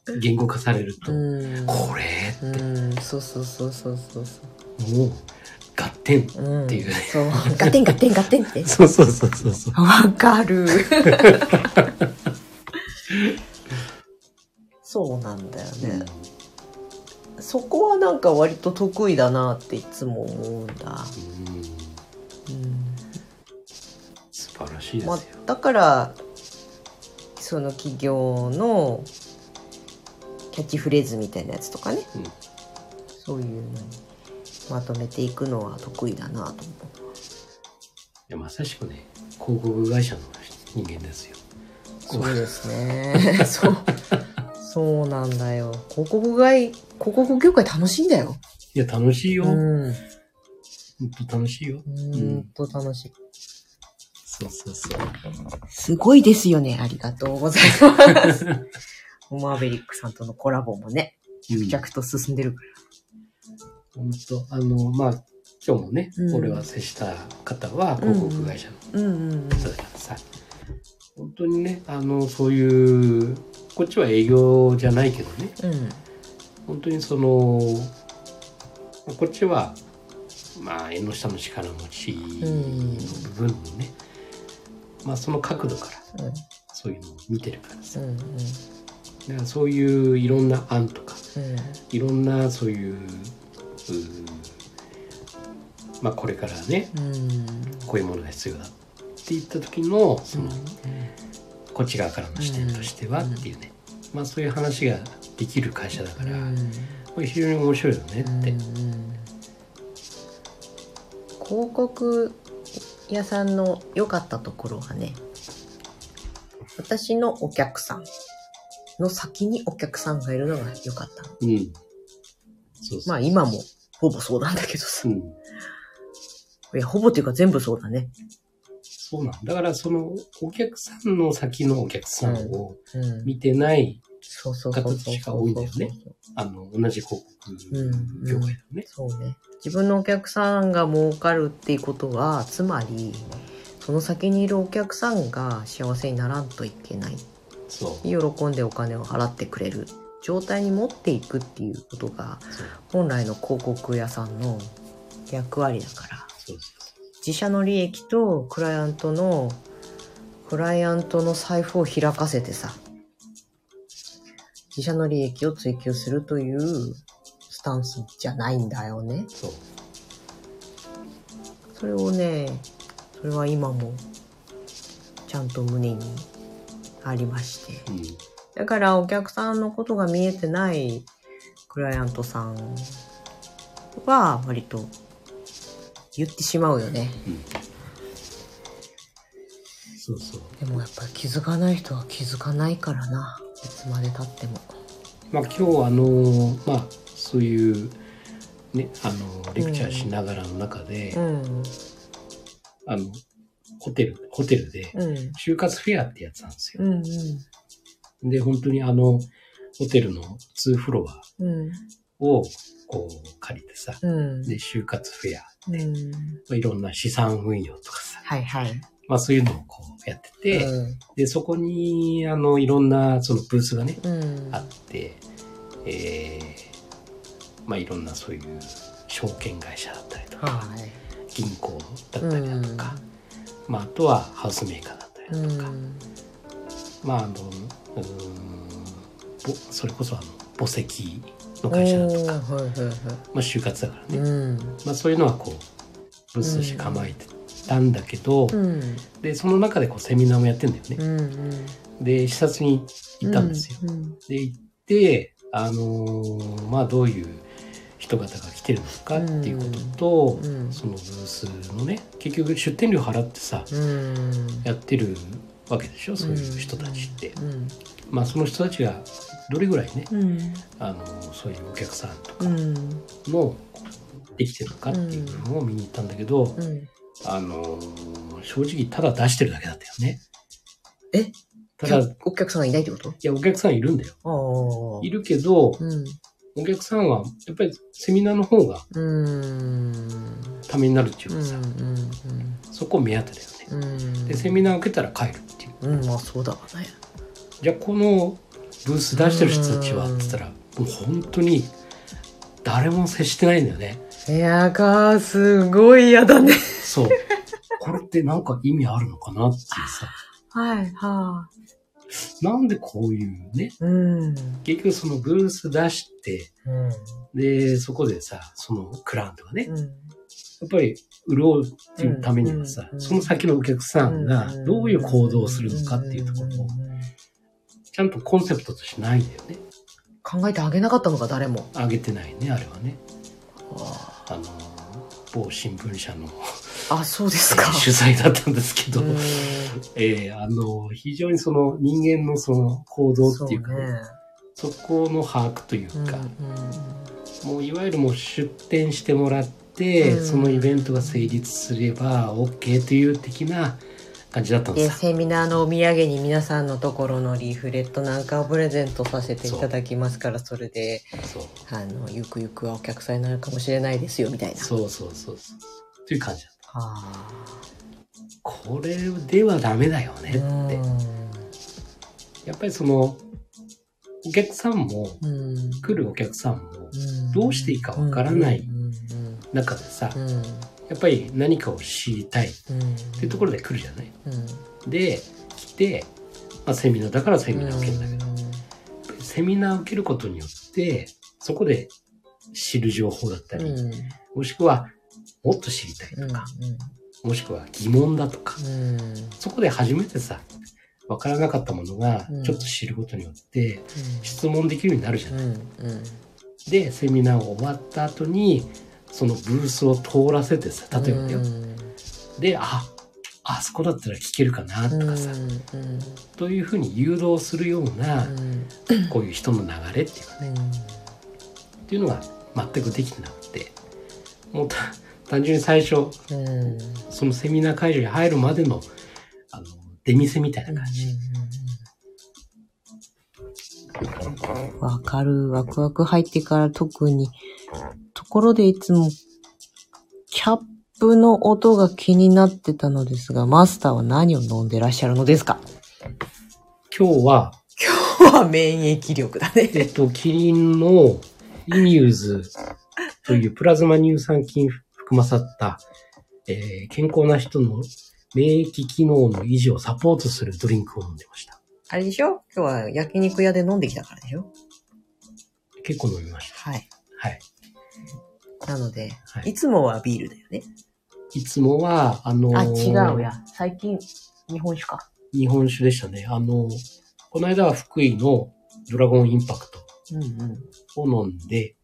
Speaker 2: う言語化されると、
Speaker 1: うん。
Speaker 2: これ
Speaker 1: うん。そうそうそうそうそうそ
Speaker 2: もう合点
Speaker 1: う。うん。
Speaker 2: っていうね
Speaker 1: そう。ガテンガテンガテンって。
Speaker 2: そうそうそうそうそう
Speaker 1: わかる。 <laughs> そうなんだよね。そこはなんか割と得意だなっていつも思うんだ。
Speaker 2: うん
Speaker 1: うん。
Speaker 2: 素晴らしいですよ、
Speaker 1: まあ、だからその企業のキャッチフレーズみたいなやつとかね、
Speaker 2: うん
Speaker 1: そういうのにまとめていくのは得意だなと思う
Speaker 2: いやまさしくね広告会社の人間ですよ
Speaker 1: そうですね <laughs> そうそうなんだよ広告外広告業界楽しいんだよ
Speaker 2: いや楽しいよ、
Speaker 1: う
Speaker 2: ほん、
Speaker 1: んう
Speaker 2: と楽しいよ
Speaker 1: ーんと楽しい
Speaker 2: そうそうそう
Speaker 1: すごいですよねありがとうございますマーベリックさんとのコラボもね
Speaker 2: うん
Speaker 1: 着々と進んでるから
Speaker 2: ほんとあのまあ今日もね、
Speaker 1: うん
Speaker 2: 俺は接した方は広告会社
Speaker 1: う
Speaker 2: の
Speaker 1: んうん
Speaker 2: 人だからさ本当にねあのそういうこっちは営業じゃないけどね
Speaker 1: うん
Speaker 2: 本当にそのこっちはまあ縁の下の力持ちの部分のね、まあその角度から
Speaker 1: うん
Speaker 2: そういうのを見てるから
Speaker 1: う
Speaker 2: さ
Speaker 1: んうん
Speaker 2: だからそういういろんな案とか
Speaker 1: うん
Speaker 2: いろんなそういううーまあこれからね
Speaker 1: うん
Speaker 2: こういうものが必要だっていった時の
Speaker 1: う
Speaker 2: そ
Speaker 1: ん
Speaker 2: のこっち側からの視点としてはっていうね、まあ、そういう話ができる会社だから、
Speaker 1: うん
Speaker 2: これ非常に面白いよねって、
Speaker 1: うん広告屋さんの良かったところはね私のお客さんの先にお客さんがいるのが良かった
Speaker 2: うんそうそう
Speaker 1: まあ今もほぼそうなんだけどさ
Speaker 2: うん、
Speaker 1: いやほぼっていうか全部そうだね
Speaker 2: そうなんだからそのお客さんの先のお客さんを
Speaker 1: うん
Speaker 2: 見てない、
Speaker 1: そうそうそうそう
Speaker 2: 形が多いんだよねあの同じ広告業界だよね、
Speaker 1: そうね。自分のお客さんが儲かるっていうことは、つまり、その先にいるお客さんが幸せにならんといけない。
Speaker 2: そう
Speaker 1: 喜んでお金を払ってくれる状態に持っていくっていうことが、
Speaker 2: そう
Speaker 1: 本来の広告屋さんの役割だから。
Speaker 2: そうそう
Speaker 1: 自社の利益とクライアントの、クライアントの財布を開かせてさ、自社の利益を追求するというスタンスじゃないんだよね。
Speaker 2: そう
Speaker 1: それをねそれは今もちゃんと胸にありまして
Speaker 2: そう、うん、
Speaker 1: だからお客さんのことが見えてないクライアントさんは割と言ってしまうよね
Speaker 2: そうそう
Speaker 1: でもやっぱり気づかない人は気づかないからないつまでたっても
Speaker 2: まあ、今日あのまあそういう、ね、あのレクチャーしながらの中で、
Speaker 1: うん
Speaker 2: あのホテルホテルで
Speaker 1: うん
Speaker 2: 就活フェアってやつなんですよ
Speaker 1: う。ん
Speaker 2: で本当にあのホテルの2フロア
Speaker 1: うんうん
Speaker 2: をこう借りてさ
Speaker 1: うん
Speaker 2: で就活フェア、
Speaker 1: うん
Speaker 2: まあ、いろんな資産運用とかさ、
Speaker 1: はいはい
Speaker 2: まあ、そういうのをこうやってて、
Speaker 1: うん
Speaker 2: でそこにあのいろんなそのブースがね
Speaker 1: うん
Speaker 2: あって、えーまあ、いろんなそういう証券会社だったりとか
Speaker 1: はい
Speaker 2: 銀行だったりだとか、まあ、あとはハウスメーカーだったり
Speaker 1: う
Speaker 2: だとか、
Speaker 1: ん
Speaker 2: まああのうーんぼそれこそあの墓石の会社だとか、
Speaker 1: おーはいはいはい
Speaker 2: まあ、就活だからね、
Speaker 1: うん
Speaker 2: まあ、そういうのはこうブースとして構えてたんだけど、
Speaker 1: うん
Speaker 2: でその中でこうセミナーもやってんだよね、
Speaker 1: うんうん
Speaker 2: で視察に行ったんですよ、
Speaker 1: うん
Speaker 2: で行ってあのーまあどういう人方が来てるのかっていうことと、
Speaker 1: うん
Speaker 2: そのブースのね結局出店料払ってさ、
Speaker 1: うん
Speaker 2: やってるわけでしょそういう人たちって、
Speaker 1: うん
Speaker 2: まあその人たちがどれぐらいね
Speaker 1: うん
Speaker 2: あのそういうお客さんと
Speaker 1: う
Speaker 2: か
Speaker 1: ん
Speaker 2: のできてるのかっていう部分を見に行ったんだけど、
Speaker 1: うん
Speaker 2: あの正直ただ出してるだけだったよね
Speaker 1: え
Speaker 2: ただい
Speaker 1: お客さんがいないってこと
Speaker 2: やお客さんいるんだよ
Speaker 1: あ
Speaker 2: いるけど
Speaker 1: うん
Speaker 2: お客さんはやっぱりセミナーの方が
Speaker 1: うん
Speaker 2: ためになるっていう
Speaker 1: うんう
Speaker 2: かさ、
Speaker 1: ん
Speaker 2: そこ目当てだよね、
Speaker 1: うん
Speaker 2: でセミナー受けたら帰るっていう
Speaker 1: うんまあそうだわね
Speaker 2: じゃあこのブース出してる人たちはって言ったらもう本当に誰も接してないんだよね
Speaker 1: いやがすごい嫌だね
Speaker 2: そう <laughs> これってなんか意味あるのかなっていうさ
Speaker 1: はいは
Speaker 2: なんでこういうね
Speaker 1: いうん
Speaker 2: 結局そのブース出して
Speaker 1: うん
Speaker 2: でそこでさそのクラウンとかね
Speaker 1: うん
Speaker 2: やっぱり潤うっていうためにはさ、
Speaker 1: うん
Speaker 2: その先のお客さんがどういう行動をするのかっていうところをちゃんとコンセプトとしてないんだよね
Speaker 1: 考えてあげなかったのか誰も
Speaker 2: 上げてないねあれはねあの某新聞社の
Speaker 1: あそうですか
Speaker 2: 取材だったんですけど、
Speaker 1: うん
Speaker 2: えーあの非常にその人間のその行動っていうかね
Speaker 1: そね
Speaker 2: そこの把握という
Speaker 1: うん
Speaker 2: か、
Speaker 1: うん
Speaker 2: もういわゆるもう出店してもらって、
Speaker 1: うん
Speaker 2: そのイベントが成立すれば OK という的な感じだったんで
Speaker 1: です
Speaker 2: よ。
Speaker 1: セミナーのお土産に皆さんのところのリーフレットなんかをプレゼントさせていただきますからそれで
Speaker 2: そう
Speaker 1: あのゆくゆくはお客さんになるかもしれないですよみたいな
Speaker 2: そうそうそうそうという感じだった。
Speaker 1: あ
Speaker 2: これではダメだよね
Speaker 1: ー
Speaker 2: って。やっぱりそのお客さんも
Speaker 1: うん
Speaker 2: 来るお客さんも
Speaker 1: うん
Speaker 2: どうしていいかわからない
Speaker 1: うん
Speaker 2: 中でさ
Speaker 1: うんうん
Speaker 2: やっぱり何かを知りたいっ
Speaker 1: うん
Speaker 2: ていうところで来るじゃない。
Speaker 1: うん
Speaker 2: で来て、まあ、セミナーだからセミナー受けるんだけど。セミナーを受けることによって、そこで知る情報だった
Speaker 1: う
Speaker 2: り、
Speaker 1: んうん
Speaker 2: もしくはもっと知りたいとか、もしくは疑問だとか、
Speaker 1: うん
Speaker 2: そこで初めてさ、わからなかったものが
Speaker 1: うん
Speaker 2: ちょっと知ることによって質問できるようになるじゃ
Speaker 1: う
Speaker 2: ない。
Speaker 1: んうん
Speaker 2: で、セミナーが終わった後に、そのブースを通らせてさ、例えばだよ。
Speaker 1: うん
Speaker 2: で、あ、あそこだったら聞けるかなとかさ、
Speaker 1: うんうん
Speaker 2: というふうに誘導するような、
Speaker 1: うん
Speaker 2: こういう人の流れっていうかね、っていうのが全くできてなくて、もうた単純に最初、
Speaker 1: うんうん
Speaker 2: そのセミナー会場に入るまでの、あの、出店みたいな感じ。
Speaker 1: わかる。ワクワク入ってから特に。ところでいつも、キャップの音が気になってたのですが、マスターは何を飲んでらっしゃるのですか
Speaker 2: 今日は、
Speaker 1: は免疫力だ
Speaker 2: え
Speaker 1: ね。
Speaker 2: っと、キリンのイミューズというプラズマ乳酸菌含まさった、えー健康な人の免疫機能の維持をサポートするドリンクを飲んでました。
Speaker 1: あれでしょ今日は焼肉屋で飲んできたからでしょ
Speaker 2: 結構飲みました。
Speaker 1: はい。
Speaker 2: はい。
Speaker 1: なので、
Speaker 2: はい
Speaker 1: い、つもはビールだよね。
Speaker 2: いつもは、あのー
Speaker 1: や。最近、日本酒か。
Speaker 2: 日本酒でしたね。あのーこの間は福井のドラゴンインパクト
Speaker 1: うんうん。
Speaker 2: を飲んで、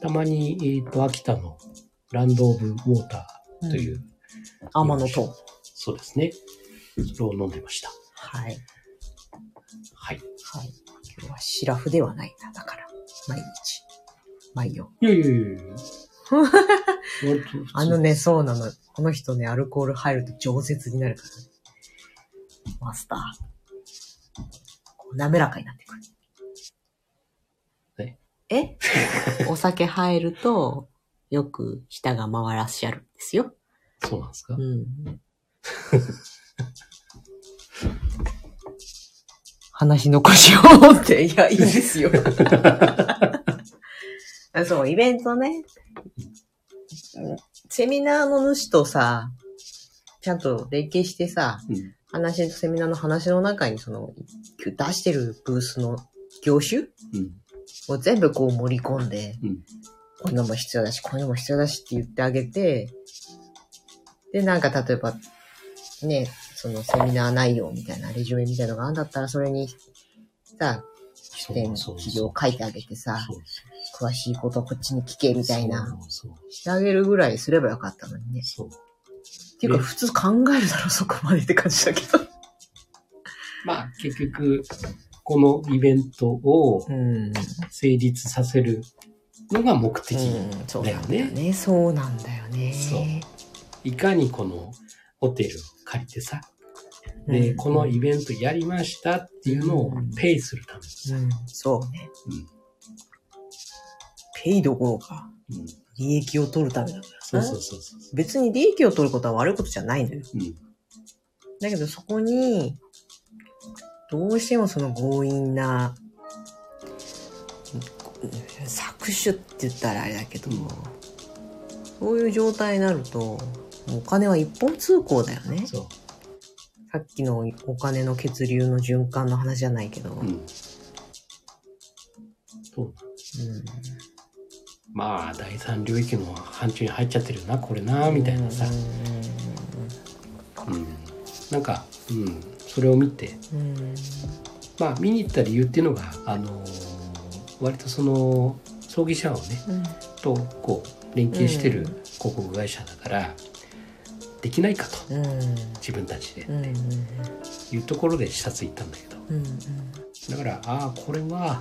Speaker 2: たまに、えっ、と、秋田のランド・オブ・ウォーターという、
Speaker 1: 天野と。
Speaker 2: そうですね。それを飲んでました。
Speaker 1: はい。
Speaker 2: はい。
Speaker 1: はい。今日はシラフではないな。だから、毎日。毎夜。
Speaker 2: いやいやいやいや割と普通
Speaker 1: あのね、そうなの。この人ね、アルコール入ると饒舌になるからね、マスター。こう滑らかになってくる。え <laughs> お酒入ると、よく舌が回らっしゃるんですよ。
Speaker 2: そうなんですか、
Speaker 1: うん。話残しようって。いや、いいですよ。 <laughs> そう、イベントね。セミナーの主とさ、ちゃんと連携してさ、
Speaker 2: うん
Speaker 1: 話とセミナーの話の中にその、出してるブースの業種
Speaker 2: うん
Speaker 1: を全部こう盛り込んで、
Speaker 2: うん
Speaker 1: こういうのも必要だし、こういうのも必要だしって言ってあげて、で、なんか例えば、ね、そのセミナー内容みたいな、レジュメみたいなのがあんだったら、それに、さ、
Speaker 2: そ
Speaker 1: 視
Speaker 2: うそ
Speaker 1: 点、
Speaker 2: うそう
Speaker 1: 企業を書いてあげてさ、
Speaker 2: そう
Speaker 1: 詳しいことはこっちに聞けみたいな、
Speaker 2: そうそう
Speaker 1: してあげるぐらいすればよかったのにね。
Speaker 2: そう
Speaker 1: っていうか、
Speaker 2: ね
Speaker 1: 普通考えるだろ、 <laughs> そこまでって感じだけど。
Speaker 2: まあ結局このイベントを
Speaker 1: うん。
Speaker 2: 成立させるのが目的、
Speaker 1: うん、そうなんだよね。そうなんだよね。
Speaker 2: そいかにこのホテルを借りてさで、
Speaker 1: うん
Speaker 2: このイベントやりましたっていうのを
Speaker 1: うん
Speaker 2: ペイするためにさ、
Speaker 1: うん、そうね。
Speaker 2: うん
Speaker 1: ペイどころか、
Speaker 2: うん
Speaker 1: 利益を取るためだから。
Speaker 2: そうそうそうそう、
Speaker 1: 別に利益を取ることは悪いことじゃないのよ。
Speaker 2: うん、
Speaker 1: だけどそこに、どうしてもその強引な、うん搾取って言ったらあれだけど、
Speaker 2: うん
Speaker 1: そういう状態になると、もうお金は一本通行だよね。
Speaker 2: そ
Speaker 1: さっきのお金の血流の循環の話じゃないけど。
Speaker 2: う、うん、そう
Speaker 1: うん
Speaker 2: まあ第三領域の範疇に入っちゃってるよなこれなみたいなさ、うんなんか、うん、それを見て
Speaker 1: うんうんうん
Speaker 2: まあ見に行った理由っていうのが、あのー割とその葬儀社をね
Speaker 1: うん
Speaker 2: とこう連携して
Speaker 1: う
Speaker 2: る
Speaker 1: ん
Speaker 2: 広告会社だから、できないかと
Speaker 1: うん
Speaker 2: 自分たちで
Speaker 1: うんうん
Speaker 2: いうところで視察行ったんだけど
Speaker 1: うん
Speaker 2: だからああこれは、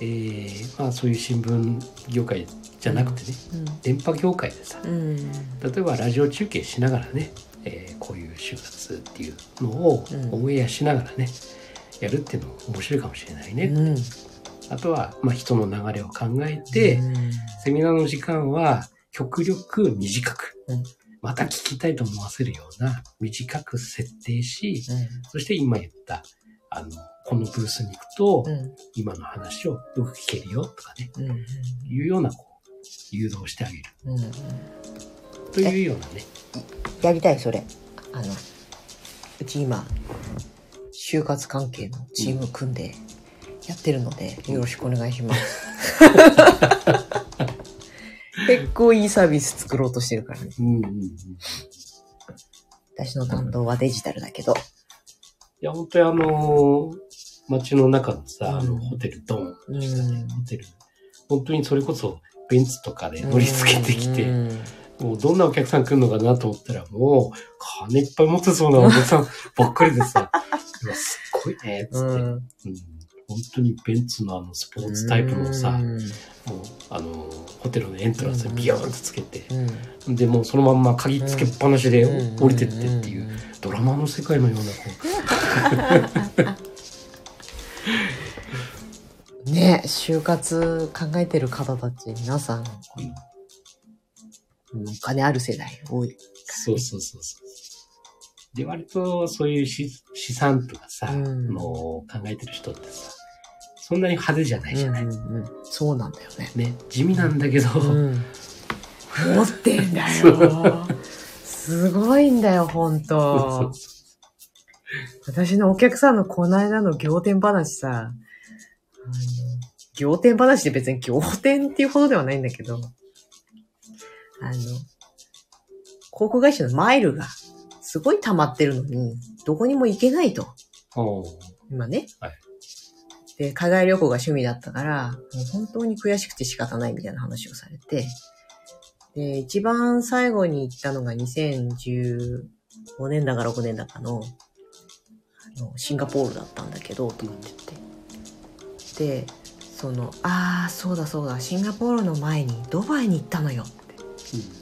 Speaker 2: えーまあ、そういう新聞業界じゃなくてね、電波業界でさ
Speaker 1: うん
Speaker 2: 例えばラジオ中継しながらね、えーこういう就活っていうのを
Speaker 1: うん
Speaker 2: オンエアしながらね、やるっていうのも面白いかもしれないね、
Speaker 1: うん
Speaker 2: あとは、まあ、人の流れを考えて、
Speaker 1: うん
Speaker 2: セミナーの時間は極力短く、
Speaker 1: うん
Speaker 2: また聞きたいと思わせるような短く設定しそして今言ったあのこのブースに行くと、
Speaker 1: うん
Speaker 2: 今の話をよく聞けるよとかね
Speaker 1: うん
Speaker 2: いうようなこう誘導してあげる
Speaker 1: うんうん
Speaker 2: というようなね
Speaker 1: やりたいそれあのうち今就活関係のチーム組んでやってるのでよろしくお願いします結構いいサービス作ろうとしてるからね
Speaker 2: うんうんうん
Speaker 1: 私の担当はデジタルだけど。
Speaker 2: いや、本当にあのー街の中のさ、あ
Speaker 1: う
Speaker 2: の、
Speaker 1: ん
Speaker 2: ホテルドーンとした
Speaker 1: う
Speaker 2: ね
Speaker 1: ん、
Speaker 2: ホテル。本当にそれこそ、ベンツとかで乗り付けてき
Speaker 1: う
Speaker 2: て、
Speaker 1: ん
Speaker 2: もうどんなお客さん来るのかなと思ったら、もう、金いっぱい持ってそうなお客さん <laughs> ばっかりでさ、うわすっごいね、つって。うん
Speaker 1: うん
Speaker 2: 本当にベンツのあのスポーツタイプのさ、
Speaker 1: うん
Speaker 2: もうあのホテルのエントランスにビヨーンとつけて、
Speaker 1: うん
Speaker 2: でもうそのまんま鍵つけっぱなしで
Speaker 1: うん
Speaker 2: 降りてってっていう、ドラマの世界のようなこう
Speaker 1: ね就活考えてる方たち皆さん
Speaker 2: うん
Speaker 1: お金ある世代多い、
Speaker 2: そうそうそうそう。で、割とそういう資資産とかさ、
Speaker 1: うん
Speaker 2: の考えてる人ってさ、そんなに派手じゃないじゃない。
Speaker 1: うんうんうんそうなんだよね、
Speaker 2: ね、地味なんだけど、
Speaker 1: うん、持ってんだよすごいんだよ本
Speaker 2: そうそう
Speaker 1: 当
Speaker 2: そ
Speaker 1: 私のお客さんのこの間の仰天話さ、あの仰天話って別に仰天っていうほどではないんだけど、あの、航空会社のマイルがすごい溜まってるのに、どこにも行けないと。
Speaker 2: うおう
Speaker 1: 今ね。
Speaker 2: はい
Speaker 1: で、海外旅行が趣味だったから、もう本当に悔しくて仕方ないみたいな話をされて、で、一番最後に行ったのが2015年だか6年だかの、あのシンガポールだったんだけど、とかって言って。で、その、ああ、そうだそうだ、シンガポールの前にドバイに行ったのよって。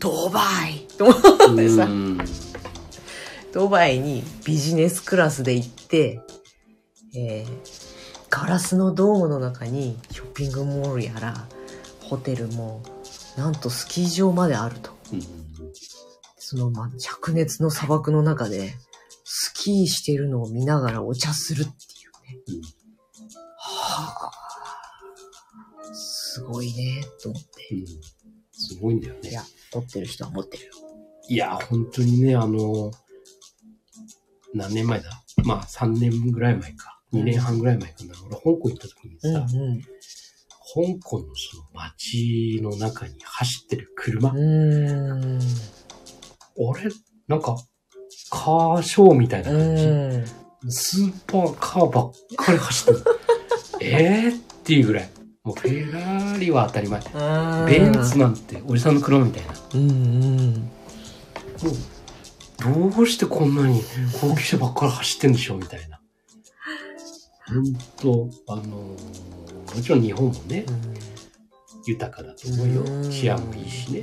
Speaker 1: ドバイと思って
Speaker 2: うん
Speaker 1: でさ
Speaker 2: うん
Speaker 1: ドバイにビジネスクラスで行って、えーガラスのドームの中にショッピングモールやら、ホテルも、なんとスキー場まであると。その、まあ、灼熱の砂漠の中で、スキーしてるのを見ながらお茶するっていうね。はあ、すごいね、と思って。
Speaker 2: うんすごいんだよ
Speaker 1: い
Speaker 2: ね
Speaker 1: や。、持ってる人は持ってるよ。
Speaker 2: いや、本当にね、あの、何年前だまあ3年ぐらい前か。2年半ぐらい前かな。俺、香港行った時にさ、香港のその街の中に走ってる車。
Speaker 1: うん。う
Speaker 2: あれなんか、カーショーみたいな感じ。
Speaker 1: ーん。
Speaker 2: スーパーカーばっかり走ってる。 <laughs> えーっていうぐらい。もうフェラーリは当たり前。ベンツなんておじさんの車みたいな。
Speaker 1: うんうん。
Speaker 2: もう、どうしてこんなに高級車ばっかり走ってんでしょうみたいな。ほんと、あのーもちろん日本もね、豊かだと思うよ。治安もいいしね。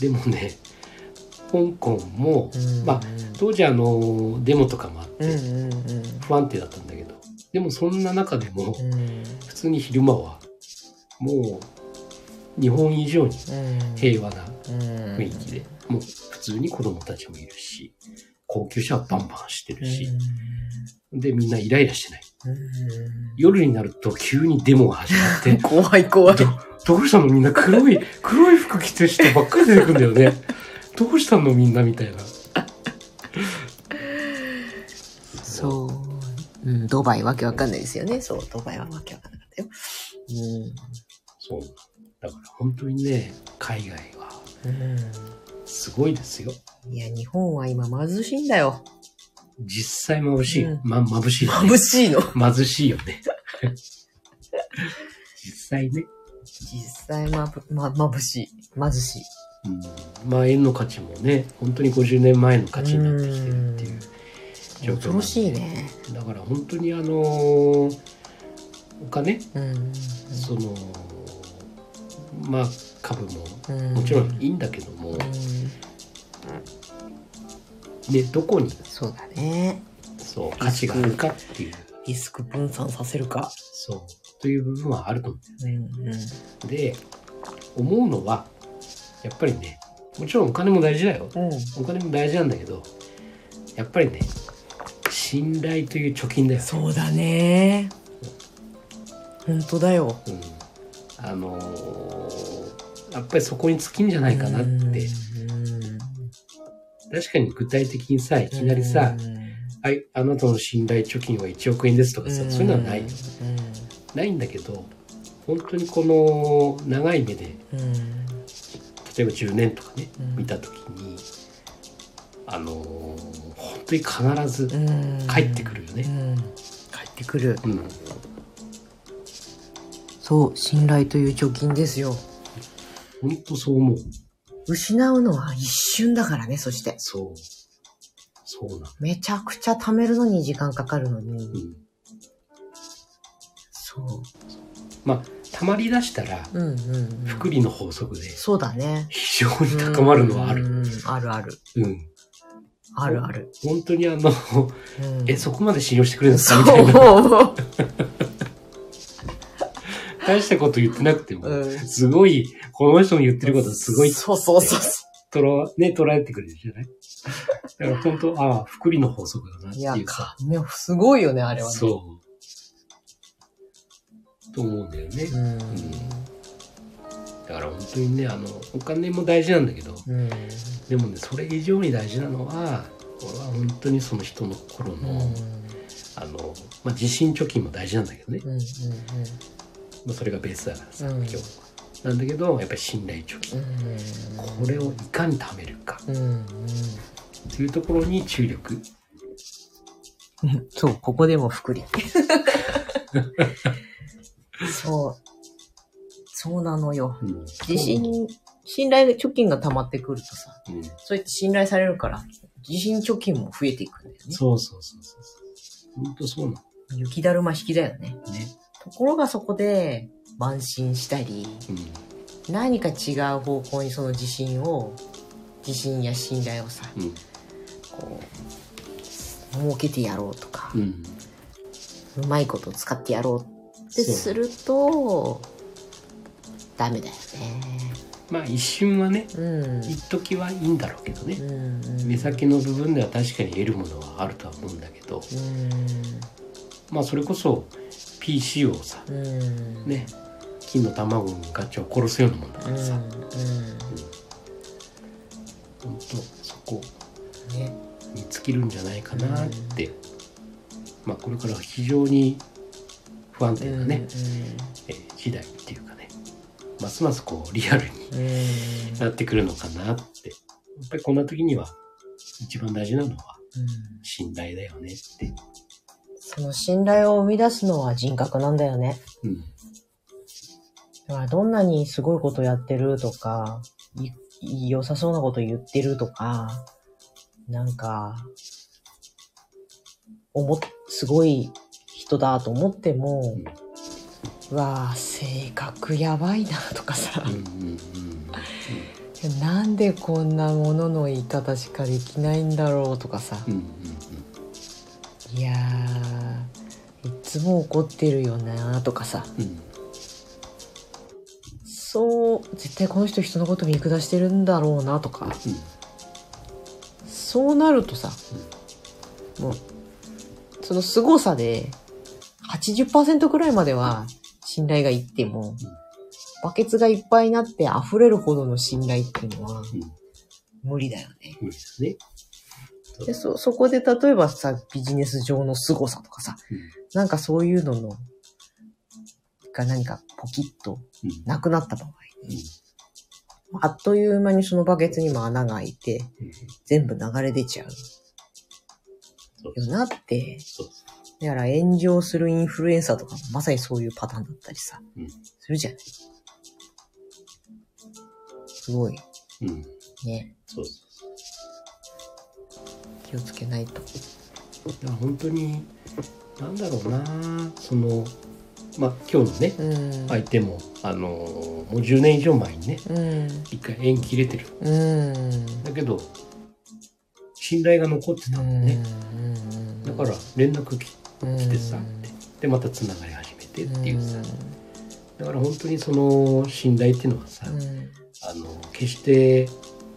Speaker 2: でもね、香港も、まあ、当時あのデモとかもあっ
Speaker 1: うんう
Speaker 2: て
Speaker 1: んうん
Speaker 2: 不安定だったんだけど、でもそんな中でも普通に昼間はもう日本以上に
Speaker 1: うん
Speaker 2: 平和な
Speaker 1: うん
Speaker 2: 雰囲気で、もう普通に子供たちもいるし高級車はバンバンしてるし、でみんなイライラしてない
Speaker 1: うん
Speaker 2: 夜になると急にデモが始まって
Speaker 1: 怖い怖い
Speaker 2: どどうしたのみんな黒い、黒い服着てる人ばっかり出てくんだよね。どうしたのみんなみたいな。
Speaker 1: そう、うん、ドバイわけわかんないですよねそうドバイはわけわかんなかったよ
Speaker 2: そう。だから本当にね、海外は
Speaker 1: うん、
Speaker 2: すごいですよ。
Speaker 1: いや日本は今貧しいんだよ
Speaker 2: 実際眩しい。
Speaker 1: うん
Speaker 2: ま、眩しいよね
Speaker 1: 貧。しいの
Speaker 2: 貧しい
Speaker 1: <laughs>
Speaker 2: よね。実際ね。
Speaker 1: 実際まぶま眩しい貧しい
Speaker 2: うん、まあ円の価値もね、本当に50年前の価値になってきてるっていう状況なんで
Speaker 1: 恐ろしい。ね
Speaker 2: だから本当にあのーお金、
Speaker 1: うん
Speaker 2: その、まあ株も
Speaker 1: うん
Speaker 2: もちろんいいんだけども、
Speaker 1: うん
Speaker 2: ね、どこに
Speaker 1: そうだね
Speaker 2: そう価値があるかっていう、
Speaker 1: リスク分散させるか
Speaker 2: そう、という部分はあると思うんだよね
Speaker 1: うんうん
Speaker 2: で思うのはやっぱりねもちろんお金も大事だよ
Speaker 1: うん
Speaker 2: お金も大事なんだけどやっぱりね信頼という貯金だよ、
Speaker 1: そうだね。本当だよ。
Speaker 2: うん、あのーやっぱりそこに尽きんじゃないかなって確かに具体的にさいきなりさ「はいあなたの信頼貯金は1億円です」と
Speaker 1: う
Speaker 2: か
Speaker 1: ん、
Speaker 2: さそういうのはないよないんだけど本当にこの長い目で
Speaker 1: うん。うん
Speaker 2: 例えば10年とかね
Speaker 1: うん
Speaker 2: 見た時に、あのー本当に必ず
Speaker 1: うん
Speaker 2: 帰ってくるよ
Speaker 1: う
Speaker 2: ね。
Speaker 1: ん、帰ってくる
Speaker 2: うん、
Speaker 1: そう信頼という貯金ですよ
Speaker 2: 本当そう思う。
Speaker 1: 失うのは一瞬だからねそして
Speaker 2: そう。そうなの。
Speaker 1: めちゃくちゃ貯めるのに時間かかるのに、
Speaker 2: うん。
Speaker 1: そ
Speaker 2: まあ、溜まり出したら、
Speaker 1: ううんうん、うん、
Speaker 2: 福利の法則で
Speaker 1: そうだね
Speaker 2: 非常に高まるのはあ
Speaker 1: う
Speaker 2: る。
Speaker 1: んあるある
Speaker 2: うん。
Speaker 1: あるある、
Speaker 2: 本当にあの、
Speaker 1: うん
Speaker 2: え、そこまで信用してくれるんです
Speaker 1: そ
Speaker 2: かみたいな。
Speaker 1: う、
Speaker 2: 大したこと言ってなくても、
Speaker 1: うん
Speaker 2: すごい、この人の言ってることすごい
Speaker 1: そうそうそうそ
Speaker 2: とろ、ね、捉えてくれるじゃないだから本当、ああ、福利の法則だなっ
Speaker 1: う
Speaker 2: て
Speaker 1: いや
Speaker 2: いうさ。
Speaker 1: ねすごいよねあれはね
Speaker 2: そう。と思うんだよね。
Speaker 1: うん
Speaker 2: だから本当にね、あの、お金も大事なんだけど、
Speaker 1: うん
Speaker 2: でもね、それ以上に大事なのは、俺は本当にその人の心
Speaker 1: う
Speaker 2: の、
Speaker 1: んうん
Speaker 2: あの、まあ、自信貯金も大事なんだけどね。
Speaker 1: うんうん
Speaker 2: まあ、それがベースだからさ、
Speaker 1: うん
Speaker 2: 今日は。なんだけど、やっぱり信頼貯金。これをいかに貯めるか
Speaker 1: うんうん
Speaker 2: というところに注力。
Speaker 1: そうここでも福利そうそうなのよ
Speaker 2: うん
Speaker 1: 自信信頼貯金が溜まってくるとさ
Speaker 2: うん
Speaker 1: そうやって信頼されるから、自信貯金も増えていくんだよね。
Speaker 2: そうそうそうそうそう。本当そうな
Speaker 1: 雪だるま式だよね。
Speaker 2: のね。
Speaker 1: ところがそこで、慢心したり、
Speaker 2: うん。
Speaker 1: 何か違う方向にその自信を、自信や信頼をさ、
Speaker 2: うん。
Speaker 1: こう、儲けてやろうとか
Speaker 2: う、ん。
Speaker 1: うまいこと使ってやろうって
Speaker 2: そう
Speaker 1: すると、ダメだよ
Speaker 2: まあ一瞬はね、
Speaker 1: ね。
Speaker 2: 一時はいいんだろうけど
Speaker 1: う
Speaker 2: ね。
Speaker 1: ん。うん。
Speaker 2: 目先の部分では確かに得るものはあるとは思うんだけど、
Speaker 1: う
Speaker 2: まあそれこそ PC をさ、
Speaker 1: ん。うん。
Speaker 2: ね、金の卵にガチャを殺すようなもんだ
Speaker 1: う
Speaker 2: か
Speaker 1: ん。
Speaker 2: らさ、
Speaker 1: うん。
Speaker 2: 本当そこ
Speaker 1: ね。
Speaker 2: に尽きるんじゃないかなって、まあこれからは非常に不安定なね、えー時代っていうかねますますこうリアルに
Speaker 1: うん。うん。
Speaker 2: なってくるのかなってやっぱりこんな時には一番大事なのは
Speaker 1: うん
Speaker 2: 信頼だよねって、
Speaker 1: その信頼を生み出すのは人格なんだよね。
Speaker 2: うん、
Speaker 1: だからどんなにすごいことやってるとか、いい良さそうなこと言ってるとか、なんか、思っ、すごい人だと思っても、うわあ性格やばいなとかさ
Speaker 2: うん、うんうん
Speaker 1: なんでこんなものの言い方しかできないんだろうとかさ、
Speaker 2: うんうんうん
Speaker 1: いやーいつも怒ってるよなとかさ、
Speaker 2: うんうん
Speaker 1: そう絶対この人人のこと見下してるんだろうなとかそうなるとさもうその凄さで80%くらいまでは信頼がいってもバケツがいっぱいになって溢れるほどの信頼っていうのは
Speaker 2: うん
Speaker 1: 無理だよね。
Speaker 2: 無理ですね、
Speaker 1: でそそこで例えばさビジネス上の凄さとかさなんかそういうののが何かポキッと
Speaker 2: うん
Speaker 1: なくなった場合あっという間にそのバケツにも穴が開いて、
Speaker 2: うんうん
Speaker 1: 全部流れ出ちゃう
Speaker 2: そう
Speaker 1: よなって。
Speaker 2: そう
Speaker 1: だから炎上するインフルエンサーとかもまさにそういうパターンだったりさ、
Speaker 2: うん
Speaker 1: するじゃないすごい
Speaker 2: うん
Speaker 1: ね。
Speaker 2: そうそ
Speaker 1: 気
Speaker 2: う
Speaker 1: をつけないと。
Speaker 2: だから本当になんだろうなそのまあ今日のね
Speaker 1: うん。
Speaker 2: 相手もあのもう10年以上前にね
Speaker 1: うん。
Speaker 2: 一回縁切れてる
Speaker 1: うん。
Speaker 2: だけど信頼が残ってた
Speaker 1: うんん。
Speaker 2: だね、だから連絡き
Speaker 1: うん、
Speaker 2: 来てさってでまたつながり始めてっていうさ、だから本当にその信頼っていうのはさ、
Speaker 1: うん。
Speaker 2: あの決して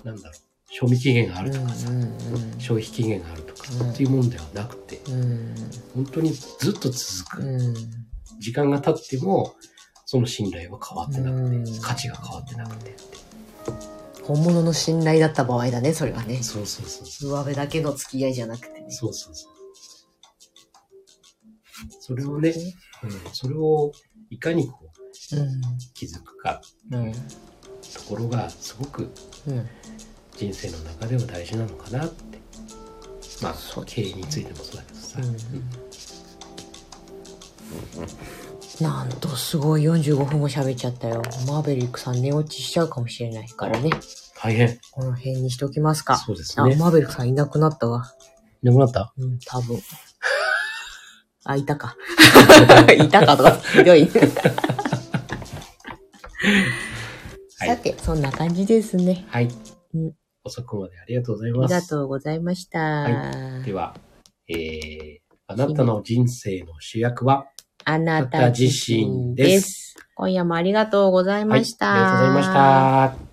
Speaker 2: なんだろう賞味期限があ
Speaker 1: あ
Speaker 2: るとかさ、
Speaker 1: うん。うん
Speaker 2: 消費期限があるとか、
Speaker 1: うん
Speaker 2: っていうもんではなくて
Speaker 1: うん。
Speaker 2: 本当にずっと続く、
Speaker 1: うん。
Speaker 2: 時間が経ってもその信頼は変わってなくて、
Speaker 1: うん
Speaker 2: 価値が変わってなくてって
Speaker 1: 本物の信頼だった場合だね、それはね。
Speaker 2: そうそうそうそう
Speaker 1: 上辺だけの付き合いじゃなくてね。
Speaker 2: そうそうそうそれをね、うん、それをいかにこう
Speaker 1: う
Speaker 2: 気づくか
Speaker 1: ん。うん。
Speaker 2: ところがすごく
Speaker 1: うん。
Speaker 2: 人生の中では大事なのかなってまあ
Speaker 1: そうです
Speaker 2: 経
Speaker 1: ね
Speaker 2: 営についてもそうだけどさ、
Speaker 1: うん
Speaker 2: うん
Speaker 1: なんとすごい45分も喋っちゃったよ。マーベリックさん寝落ちしちゃうかもしれないからね。
Speaker 2: 大変
Speaker 1: この辺にしときますか。
Speaker 2: そうです
Speaker 1: あ、
Speaker 2: ね
Speaker 1: マーベリックさんいなくなったわ。
Speaker 2: いなくなった
Speaker 1: うん、多分。 <laughs> あ、いたか。いたかとか、ひどい。
Speaker 2: はい
Speaker 1: さて、そんな感じですね。
Speaker 2: はい、
Speaker 1: うん
Speaker 2: 遅くまでありがとうござい
Speaker 1: あり
Speaker 2: ます
Speaker 1: がとうございました。
Speaker 2: では、えー、あなたの人生の主役は
Speaker 1: あなた自身です。今夜もありがとうござい
Speaker 2: はいあ
Speaker 1: ま
Speaker 2: り
Speaker 1: した。
Speaker 2: がとうございました